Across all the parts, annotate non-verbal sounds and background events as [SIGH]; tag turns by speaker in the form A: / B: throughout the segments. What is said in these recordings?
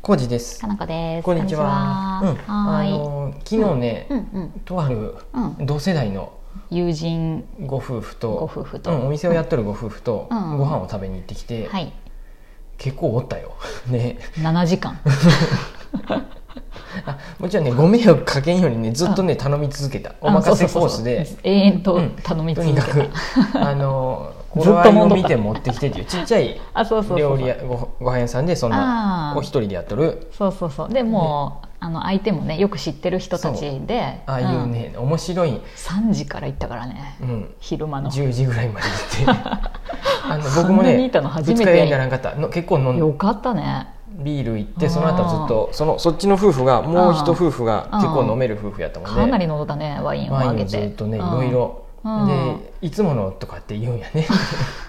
A: コージです
B: か。なこです。
A: こんにちは。
B: こんにちはは
A: あ
B: ーい。
A: の昨日ね、
B: うんうん
A: とある
B: うん
A: 同世代の
B: 友人
A: ご夫婦と、
B: ご夫婦と
A: うんお店をやっとるご夫婦と、
B: うん
A: ご飯を食べに行ってきて、
B: はい
A: 結構おったよ。 [LAUGHS] ね、
B: 7時 [LAUGHS] 間
A: あもちろんねご迷惑かけんようにねずっとね頼み続けた。お任せコース
B: あ
A: で
B: そうそうそう。永遠と頼み
A: [LAUGHS] と
B: 続
A: に
B: け
A: か
B: た、
A: くあ
B: [LAUGHS]
A: の
B: ずっ
A: 頃
B: と
A: 合い
B: 飲
A: を
B: んどった
A: 見て持ってきてっていうちっちゃい
B: あそうそうそう
A: 料理屋ごご飯屋さんでそんな
B: あー
A: お一人でやっとる
B: そうそうそうでもう、あの相手もねよく知ってる人たちで
A: ああいうね、面白い、
B: うん3時から行ったからね、
A: うん、
B: 昼間の
A: 10時ぐらいまで行
B: [LAUGHS]
A: ってあの僕も
B: あんなに
A: ね
B: いたの初め
A: 二
B: て
A: 日酔いにならんかったの結構飲ん
B: よ
A: で
B: かったね
A: ビール行ってその後ずっとそのそっちの夫婦がもう一夫婦が
B: あー
A: 結構飲める夫婦やったもんね
B: かなり喉だねワインを
A: ワイン
B: あ
A: を
B: げ
A: ず
B: て
A: っとねい
B: うん
A: ろいろ、
B: うん
A: で「いつもの」とかって言うんやね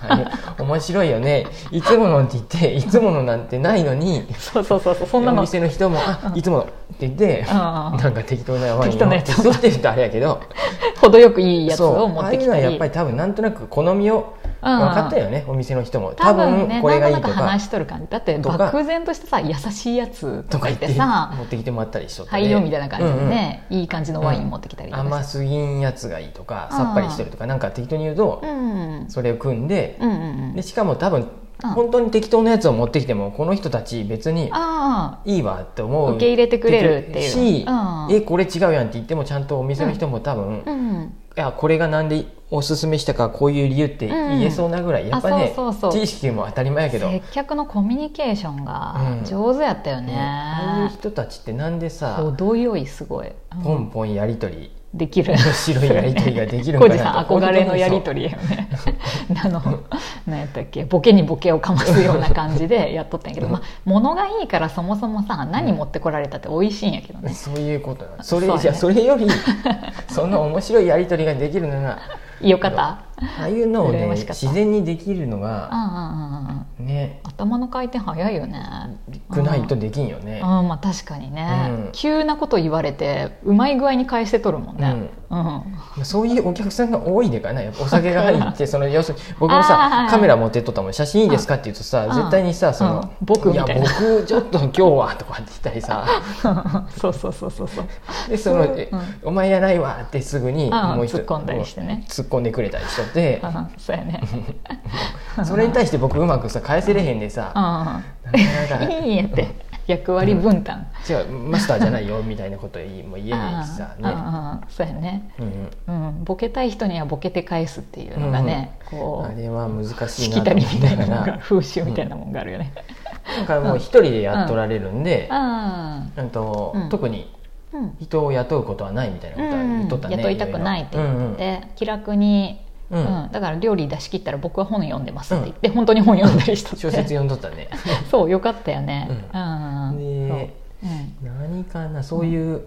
A: [LAUGHS] あれ面白いよね「いつもの」って言って「いつもの」なんてないのに
B: そうそうそうそうそんな
A: お
B: の
A: 店の人も「あいつもの」って言って
B: あー
A: なんか適当なワイン
B: 適当な
A: を
B: やつ
A: そうって言うとあれやけど
B: [LAUGHS] 程よくいいやつ
A: そ
B: を
A: う
B: 持
A: あ
B: っ
A: あい
B: て
A: う
B: き
A: のは
B: た
A: やっ
B: り
A: ぱり多分なんとなく好みを
B: うん
A: 分かったよねお店の人も
B: 多
A: 多
B: 分ね
A: 分これがいい
B: なんと
A: と
B: なく
A: か
B: 話しとる感じだって
A: とか
B: 漠然としてさ優しいやつ
A: と
B: と
A: か
B: か
A: 言っ
B: 言っててさ
A: 持ってきてもらったりしとって
B: はいよみたいな感じで
A: うんうん
B: ね、いい感じのワイン持ってきたりとか
A: 甘
B: して
A: すぎんやつがいいとか
B: うん
A: さっぱりしてるとかなんか適当に言うと
B: うん
A: それを組んで
B: うんうんうん
A: でしかも多分
B: うん
A: 本当に適当なやつを持ってきてもこの人たち別に
B: あ
A: いいわって思う
B: 受け入れてくれるっていう
A: し
B: うん
A: えこれ違うやんって言ってもちゃんとお店の人も多分
B: あうん
A: いやこれがなんでおすすめしたかこういう理由って言えそうなぐらい、
B: ん
A: やっぱね
B: あそうそうそう
A: 知識も当たり前やけど、
B: 接客のコミュニケーションが
A: うん
B: 上手やったよね、
A: ああいう人たちってなんでさ
B: 程よいすごい、うん
A: ポンポンやり取り
B: できる
A: 面白いやりとりができるん
B: コ
A: かなと
B: ジ [LAUGHS] さん憧れのやり取りやよね [LAUGHS] あの何やったっけボケにボケをかますような感じでやっとったんやけど、まあ、物がいいからそもそもさ何持ってこられたって美味しいんやけどね
A: そういうこと
B: [LAUGHS]
A: なのそれ
B: そうやね
A: じゃあそれよりその面白いやり取りができるのが
B: よかった
A: ああいうのをね
B: 羨ましかった
A: 自然にできるの
B: うん
A: が
B: うんうんうん
A: ね
B: 頭の回転早いよね
A: くないとできんよ
B: う
A: ね
B: ん、まあ確かにね、
A: うん
B: 急なこと言われてうまい具合に返してとるもんね、うん [LAUGHS]
A: そういうお客さんが多いでかなやっぱお酒が入
B: [LAUGHS]
A: ってその要するに僕も
B: あーはい
A: さ
B: はい
A: カメラ持ってっとったもん写真いいですかって言うとさ
B: うん
A: 絶対にさそ
B: うん
A: の
B: 僕みたいない
A: や僕ちょっと今日は」とかって言ったり
B: [LAUGHS]
A: さ
B: そうそうそう [LAUGHS] そうそう
A: でその
B: うん
A: え「お前やないわ」ってすぐに
B: うん
A: 一
B: 突っ込んだりしてね
A: 突っ込んでくれたりしとって
B: うんそうやね
A: [LAUGHS] それに対して僕うまくさ返せれへんでさ
B: う
A: なかなんか
B: うんいいんやって役割分担、
A: 違うマスターじゃないよみたいなこと言いも言えないし
B: [LAUGHS]
A: さ
B: うんうん
A: ね
B: うんそうやね、
A: うん
B: うん、ボケたい人にはボケて返すっていうのがね、こ
A: あ
B: う
A: れは難しい
B: し
A: な
B: き
A: と
B: たり
A: 思
B: み
A: い
B: た
A: ないが
B: なの
A: ら
B: が風習みたいなもんがあるよね、
A: なんかもう一人でやっとられるんで
B: うん
A: うんと
B: うん
A: 特に
B: うん
A: 人を雇うことはないみたいなことは言っとったね
B: 雇いたくないって言っ
A: うんうん
B: て、気楽に、
A: う
B: うんんだから料理出し切ったら僕は本読んでますって言って、本当に本読んだりしたって
A: 小説読んどった
B: [LAUGHS]
A: ね
B: そうよかったよね
A: う
B: うん、
A: で
B: そううん
A: 何かなそういう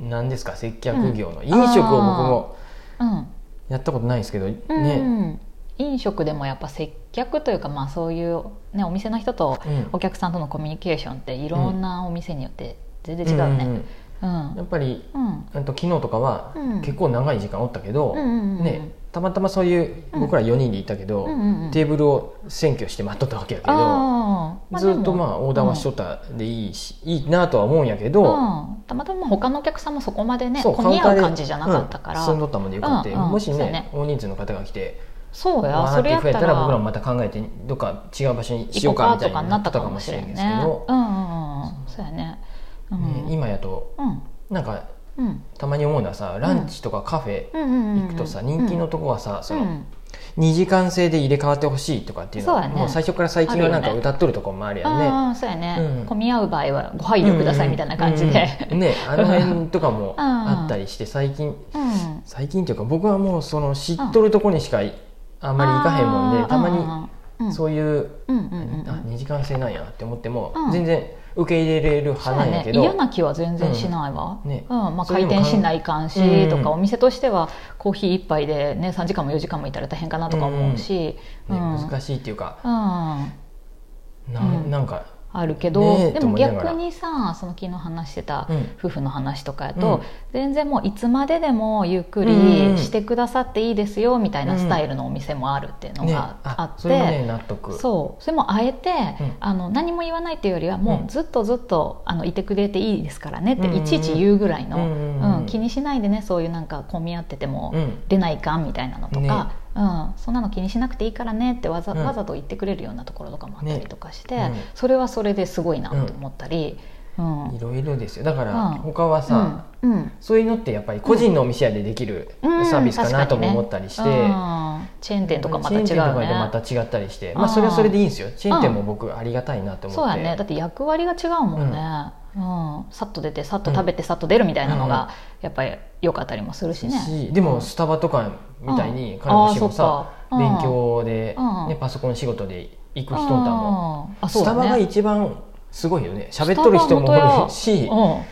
B: うん
A: 何ですか接客業の
B: うん
A: 飲食を僕も
B: うん
A: やったことないんですけど
B: うん
A: ね
B: 飲食でもやっぱ接客というか、まあ、そういう、ね、お店の人と
A: うん
B: お客さんとのコミュニケーションっていろんなお店によって全然違うね。
A: うんやっぱり
B: うん
A: うんと昨日とかは
B: うん
A: 結構長い時間おったけど、
B: うんうんうん
A: ね、たまたまそういう
B: うん
A: 僕ら4人でいたけど、
B: うんうんうん
A: テーブルを占拠して待っとったわけやけど、
B: あーまあ
A: ずっとまあ
B: でも
A: オーダーはしとったでいいし、いいなとは思うんやけど、
B: うんたまたま他のお客さんもそこまでね
A: そう
B: 混み合う
A: で
B: 感じじゃなかったから、
A: うん進んどったもんでよかって、
B: うんうん
A: もしね
B: そうね
A: 大人数の方が来て
B: そうや
A: わー
B: そ
A: っ
B: れ
A: て
B: やっ
A: 増え
B: た
A: たら僕らもま
B: ら
A: た考えてどっか違う場所にし
B: 行
A: よ
B: こ
A: うか
B: うか
A: みた
B: と
A: い
B: かに
A: にな
B: なっ
A: ったた
B: か
A: かも
B: も
A: し
B: し
A: れ
B: れ
A: ん
B: ん
A: です
B: ね
A: けど、
B: うんうんうんそうやねうん
A: ね今やと
B: うん
A: なんか
B: うん
A: たまに思うのはさランチとかカフェ
B: うんうんう
A: 行
B: ん
A: くとさ、人気のとこはさその、
B: うん
A: 2時間制で入れ替わってほしいとかっていうの
B: そう
A: は
B: やね
A: もう最初から最近はなん
B: ある
A: か
B: よね
A: 歌っとるとこもあるやんね
B: ああそうやね、
A: うん
B: 混み合う場合はご配慮くださいみたいな感じで、
A: うんうんねあの辺とかも
B: うん
A: あったりして最近
B: うん
A: 最近というか僕はもうその知っとるとこにしかいあんまり行かへんもんでたまに
B: う
A: そういう
B: いうんうんうん
A: あ2時間制なんやって思っても
B: うん
A: 全然受け入れれる
B: そう
A: 派
B: や
A: なんや
B: ね
A: けど
B: 嫌な気は全然しないわ、
A: う
B: うんん
A: ね
B: まあ、
A: それ
B: 回
A: でも
B: 転しないかん
A: う
B: し
A: ん
B: とかお店としてはコーヒー一杯で、ね、3時間も4時間もいたら大変かなとか思うし、
A: ね
B: うん
A: 難しいっていうか
B: うん
A: な
B: うん
A: なんか
B: あるけど、
A: ねえ
B: で
A: と
B: も
A: 思いながら
B: 逆にさその昨日話してた
A: うん
B: 夫婦の話とかや
A: う
B: と
A: ん、
B: 全然もういつまででもゆっく
A: うん
B: りしてくださっていいですよみたいなスタイルのお店もあるっていうの
A: ね
B: があって、
A: それもね納得
B: そうそれもあえて、
A: うん
B: あの何も言わないっていうよりはも
A: うん
B: うずっとずっとあのいてくれていいですからねって
A: うんうんうん
B: いちいち言うぐらいの、
A: う
B: うんん
A: うんうん
B: 気にしないでねそういうなんか混み合ってても
A: うん
B: 出ないかんみたいなのとか、
A: ね
B: うん、そんなの気にしなくていいからねってわざ,、
A: うん
B: わざと言ってくれるようなところとかもあったりとかして、
A: ねうん
B: それはそれですごいなと思ったり。うん
A: いろいろですよだから
B: うん
A: 他はさ、
B: うんうん
A: そういうのってやっぱり個人のお店屋でできる
B: うん
A: サービスかなとも
B: 確にね
A: 思ったりして、
B: うんチェーン店とかまた違うね
A: チェーン店とかでまた違ったりしてまあ
B: あー
A: それはそれでいいんですよチェーン店も僕ありがたいなと思って
B: そうやねだって役割が違うもんね、うんさっと出てさっと食べてさっと出るみたいなの
A: うん
B: がやっぱり良かったりもするしね、
A: しでもスタバとかみたいに
B: うん
A: 彼女もさ
B: あーそっかうん
A: 勉強で
B: うん
A: ねパソコン仕事で行く
B: うん
A: 人とも
B: あそ
A: ス
B: うだ
A: タ
B: ね
A: バが一番すごいよね喋っとる人もおる
B: ス
A: し
B: タバ元や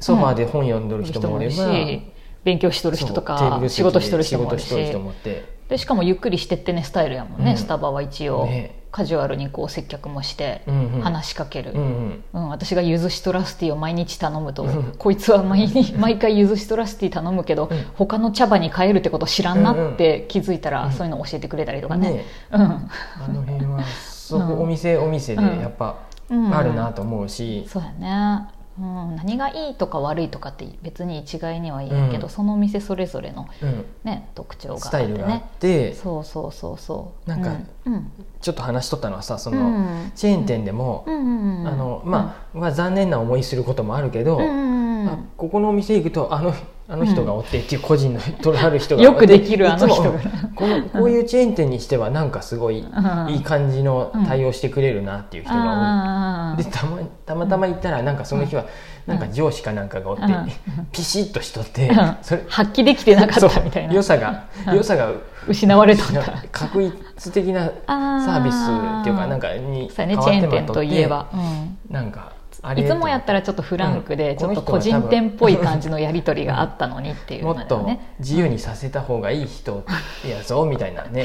A: ソファーで本読んど
B: うん
A: る人
B: 人
A: も
B: も
A: お
B: お
A: れ
B: る
A: ば
B: し勉強しとる人と
A: そうテー
B: か
A: ブル席で
B: 仕事しとる
A: 仕
B: 人もお
A: 事
B: る
A: しとる
B: し
A: 人もおって
B: でしかもゆっくりしてってねスタイルやもんね、
A: うん
B: スタバは一応、
A: ね
B: カジュアルにこう接客もして
A: うんうん
B: 話しかける、
A: うんうん
B: うん、私がゆずしトラスティーを毎日頼むと、
A: うん
B: こいつは毎 [LAUGHS] 日毎回ゆずしトラスティー頼むけど、
A: うん
B: 他の茶葉に変えるってこと知らん
A: うんうん
B: なって気づいたら、
A: うん
B: そういうの教えてくれたりとかね
A: ね
B: うん、
A: あの辺はそう
B: うん
A: お店お店でやっぱ
B: うん
A: あるなと思うし
B: そうやね、うん、何がいいとか悪いとかって別に一概には言えんけど、
A: うん
B: そのお店それぞれの、
A: うん
B: ね、特徴があ
A: ス
B: って
A: タイ
B: ね
A: ルがあって
B: そうそうそうそう
A: なんか
B: うんうん
A: ちょっと話しとったのはさそ
B: うん
A: のチェーン店で
B: う
A: も
B: んうんうん
A: あのまあまあ残念な思いすることもあるけど
B: うんうんうん
A: あここのお店行くとあのあの人がおってっていう個人のとある人が
B: よくできる
A: い
B: あの人が
A: いつもこのこういうチェーン店にしてはなんかすごい
B: うん
A: いい感じの対応してくれるなっていう人が
B: あ
A: 多い
B: ー
A: でたまたまたま行ったらなんかその日はなんか上司かなんかがおって
B: うん
A: ピシッとしとって
B: [LAUGHS] うん
A: それ
B: 発揮できてなか
A: そう
B: ったみたいな
A: 良さが
B: うん
A: 良さが
B: 失われとった
A: 確一的な
B: あー
A: サービスっていうかなんかに
B: そ
A: 変
B: うやね
A: わ
B: チェーン
A: って
B: 店
A: も
B: と
A: らっ
B: い
A: て
B: えば、うん
A: なんかあ
B: いつもやった
A: ら
B: らちょっとフランク
A: う
B: で
A: ん
B: ちょっと個人店っぽい感じのやり取りがあったのにっていう
A: も
B: の
A: っ
B: だよ
A: と
B: ね
A: 自由にさせた方がいい人やぞみたいなね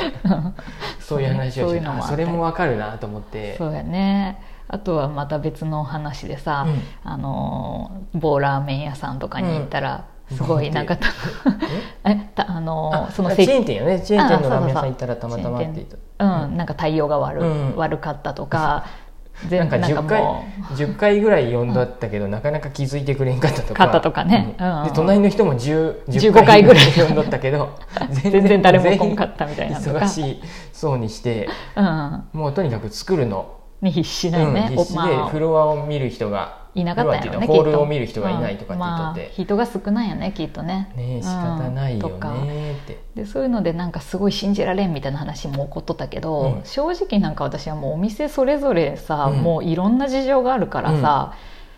B: [LAUGHS]
A: そういう話を
B: そう
A: し
B: いう
A: て
B: のもあ
A: あ
B: った
A: それもわかるなと思って
B: そうやねあとはまた別のお話でさ、
A: うん
B: あのー某ラーメン屋さんとかに行った
A: う
B: ら、
A: ん
B: すごいなんかた [LAUGHS] えたあのー
A: あ
B: その
A: チェ
B: せ
A: ーン店よねチェーン店のラーメン屋さん
B: あ
A: 行ったらたまたまって言った
B: うん、なんか対応が悪,、
A: うん
B: 悪かったとか
A: な
B: 全
A: んか
B: 部
A: 10回
B: もう
A: 10回ぐらい呼んだったけどなかなか気づいてくれんかったとか
B: かったとかね
A: うん
B: うん
A: で隣の人も10
B: 15回ぐらい
A: 呼んだったけど
B: 全然誰も来んかったみたいなのと
A: 全員忙し
B: か
A: そうにして
B: うん、
A: もうとにかく作るの
B: に必死だよね、
A: うん、必死
B: お
A: で
B: まあ
A: フロアを見る人が
B: いなかったんや
A: フロ
B: ろね
A: アっていうのはホー
B: きっ
A: ル
B: と
A: を見る人がいないとかって言っとっ
B: うんまあ
A: て、
B: 人が少ないよねきっとね
A: ねえ仕方ないよ
B: うんとか
A: ねって、
B: でそういうのでなんかすごい信じられんみたいな話も起こっとったけど、
A: うん
B: 正直なんか私はもうお店それぞれさ、
A: うん
B: もういろんな事情があるからさ、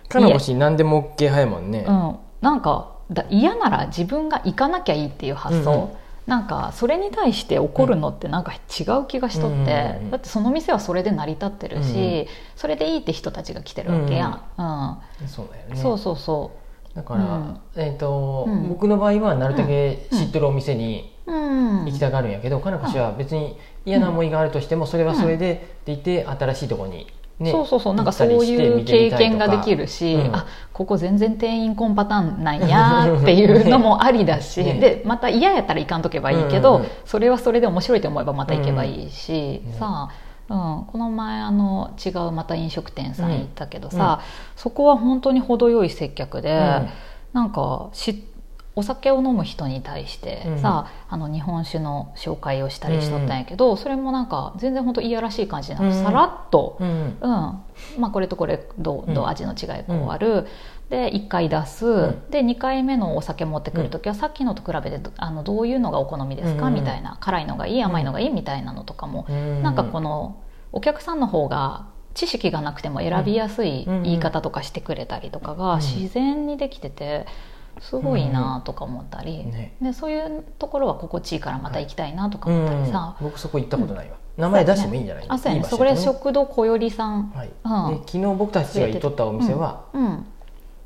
A: かのこし何でも OK 早いもんね、
B: うんなんかだ嫌なら自分が行かなきゃいいっていう発想、
A: うんうん
B: なんかそれに対して怒るのってなんか違う気がしとっ
A: う
B: て、
A: んうんうんうん
B: だってその店はそれで成り立ってるし、
A: うんうん
B: それでいいって人たちが来てるわけやん、
A: そうだよ
B: うん
A: ね
B: そうそうそ
A: だから、えっと
B: うん
A: 僕の場合はなるだけ知ってるお店に
B: う、うん、
A: 行きたがるんやけど、かのこしは別に嫌な思いがあるとしてもそれはそれでって言って新しいとこにね
B: そうそうそうなんかそう
A: 行
B: い
A: っ
B: う
A: たりして見てみ
B: 経
A: たり
B: 験
A: とか
B: ができるし、
A: うん
B: あここ全然店員コンパターンなんやっていうのもありだ
A: [LAUGHS]
B: し、
A: ね
B: でまた嫌やったら行かんとけばいいけ
A: [LAUGHS]
B: ど、
A: うんうんうん
B: それはそれで面白いと思えばまた行けばいいし、
A: うんうん
B: さあ、うん、この前あの違うまた飲食店さん行ったけどさ、そこは本当に程よい接客で、
A: うん
B: なんかしお酒を飲む人に対して
A: うん
B: さ、あの日本酒の紹介をしたりしとったんやけど、それもなんか全然本当いやらしい感じじゃなく
A: うん
B: さらっと。
A: うん
B: うんまあ、これとこれど
A: う
B: うんどう味の違いこうある、で1回出す、
A: ん
B: で2回目のお酒持ってくる時は、さっきのと比べてどあのどういうのがお好みですか、
A: うん
B: みたいな辛いのがいい甘いのがいいみたいなのとかも、
A: うん
B: なんかこのお客さんの方が知識がなくても選びやすい
A: うん
B: 言い方とかしてくれたりとか
A: うん
B: が自然にできてて。すごいなとか思ったり、
A: うんね
B: でそういうところは心地いいからまた行きたいなとか
A: う
B: 思ったり
A: ん
B: さ、
A: 僕そこ行ったことないわ、名前出してもいいんじゃない
B: あそうや
A: いい
B: ね
A: 場所
B: そこで
A: ね
B: 食堂小よりさん、
A: はい
B: うん
A: で昨日僕たちが行っとったお店は
B: うん、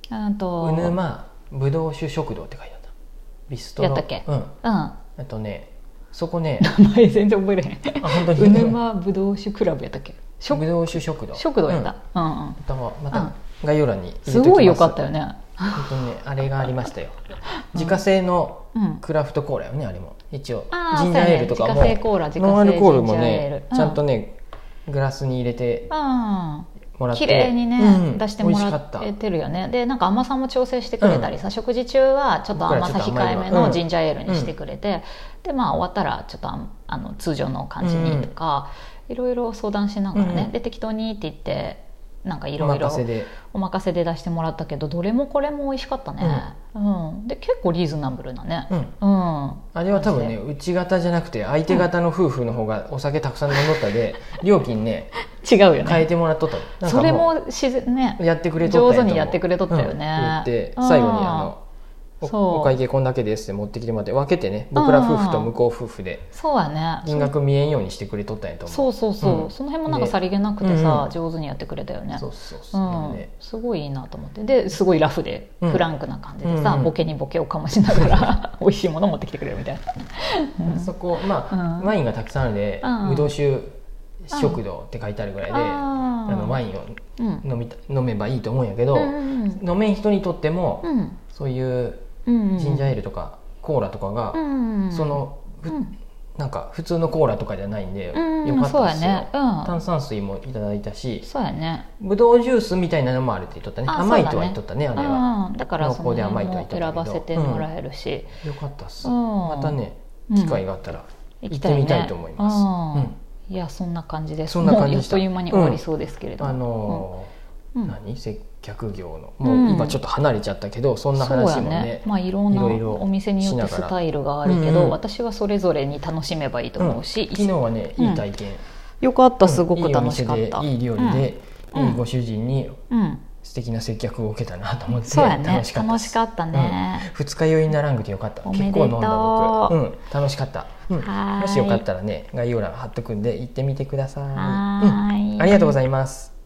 B: あ
A: 「
B: と
A: うぬまぶどう酒食堂」って書いてあったビストロ
B: やったっけ
A: うん
B: う
A: あとねそこね
B: [LAUGHS] ん名前全然覚えれへん
A: あ本当に [LAUGHS]
B: うぬまぶどう酒クラブやったっけ
A: 食堂酒食堂
B: 食堂やった、うんうん
A: うんまたま
B: うん
A: た概要欄に入れときます
B: すごい良かったよね
A: 本当にねあれがありましたよ自家製の
B: うん
A: クラフトコーラよねあれも一応
B: あー
A: ジンジャーエールとかも、
B: そうやね自家製コーラ自家製
A: ノンアルコールも
B: ジンジャーエー
A: ね
B: ルうん
A: ちゃんとねグラスに入れて
B: うん
A: もらって
B: 綺麗にね、
A: うん
B: 出しても
A: 美
B: ら
A: 味しか
B: っ
A: って
B: るよねでなんか甘さも調整してくれたりさ、食事中はちょっと甘さ
A: 僕らちょっと
B: 控
A: 甘い
B: え
A: の
B: めの
A: うん
B: ジンジャーエールにしてくれて、でまあ終わったらちょっとああの通常の感じにとか、いろいろ相談しながらね、
A: うん
B: で適当にって言ってなんかい
A: たお
B: ろいろ
A: 任せで
B: お任せで出してもらったけどどれもこれも美味しかったね、うんで結構リーズナブルなね
A: うん
B: うん、
A: あれは多分ね内型じゃなくて相手型の夫婦の方がお酒たくさん飲んどったで、料金ね
B: 違うよ
A: 変え
B: ね
A: てもらっとったのなんか
B: それも自然ね
A: やってくれとったんやと思う
B: 上手にやってくれとった
A: う
B: よね
A: ん言って
B: うん
A: 最後にあの
B: そう
A: おお会計こんだけですって持ってきてもらって分けてね僕ら夫婦と向こう夫婦で
B: そうやね
A: 金額見えんようにしてくれとったんやと思う
B: そうそうそう、
A: うん
B: その辺もなんかさりげなくてさ、
A: ねうん
B: 上手にやってくれたよね
A: そうそうそうう、
B: ん
A: ね、
B: すごいいいなと思ってですごいラフで
A: うん
B: フランクな感じでさ、
A: うんうん
B: ボケにボケをかましなが
A: [LAUGHS]
B: ら美味しいもの持ってきてくれるみたいな、うん
A: そこまあ、
B: うん
A: ワインがたくさんあるで、
B: うん
A: 無動酒食堂って書いてあるぐらいで、
B: あー
A: あのワインを
B: うん
A: 飲みた飲めばいいと思うんやけど、
B: うん
A: 飲めん人にとっても、
B: うん
A: そういう
B: うん
A: ジンジャーエールとかコーラとかが、
B: うん
A: その、ふ
B: うん
A: なんか普通のコーラとかじゃないんで、
B: うん
A: よかったですよ、
B: そうやねうん
A: 炭酸水もいただいたし
B: そうやね
A: ぶどうジュースみたいなのもあるって言っとったね
B: あ
A: 甘い
B: そ
A: と
B: う
A: は
B: だ
A: 言
B: ね
A: っとったねあれは、
B: うんだからそ
A: 濃
B: の
A: 厚で甘
B: 辺
A: いとは言
B: も
A: っとったけ
B: 選
A: ど
B: ばせてもらえるし、
A: よかったっす、
B: うん
A: またね
B: うん
A: 機会があったら行ってみたいと思います、
B: ね
A: うん
B: うんいやそんな感じです
A: そんな感じ
B: もう
A: で
B: あっ
A: した
B: という間に終わりそうですけれども、
A: あのー
B: うんうん
A: 何接客業の
B: う
A: も
B: ん
A: う今ちょっと離れちゃったけど、そんな話も
B: そうや
A: ね
B: まあ、いろんない
A: ろいろ
B: お店によってスタイルがあるけ
A: しな
B: ど、
A: がらうんうん
B: 私はそれぞれに楽しめばいいと
A: うん
B: 思うし、
A: 昨日はね
B: うん
A: いい体験、
B: よかった
A: うん
B: すごく楽しかった、
A: いいお店でいい料理で、
B: うん
A: いいご主人に
B: うん、
A: 素敵な接客を受けたなと思って
B: そうやね楽
A: 楽
B: し
A: しかったです
B: かったね、
A: 二日酔いにならんくてよかった
B: おめでとう
A: 結構飲んだ僕、うん、楽しかった、うん、
B: はーい
A: もしよかったらね概要欄貼っとくんで行ってみてください
B: はーい
A: うん、ありがとうございます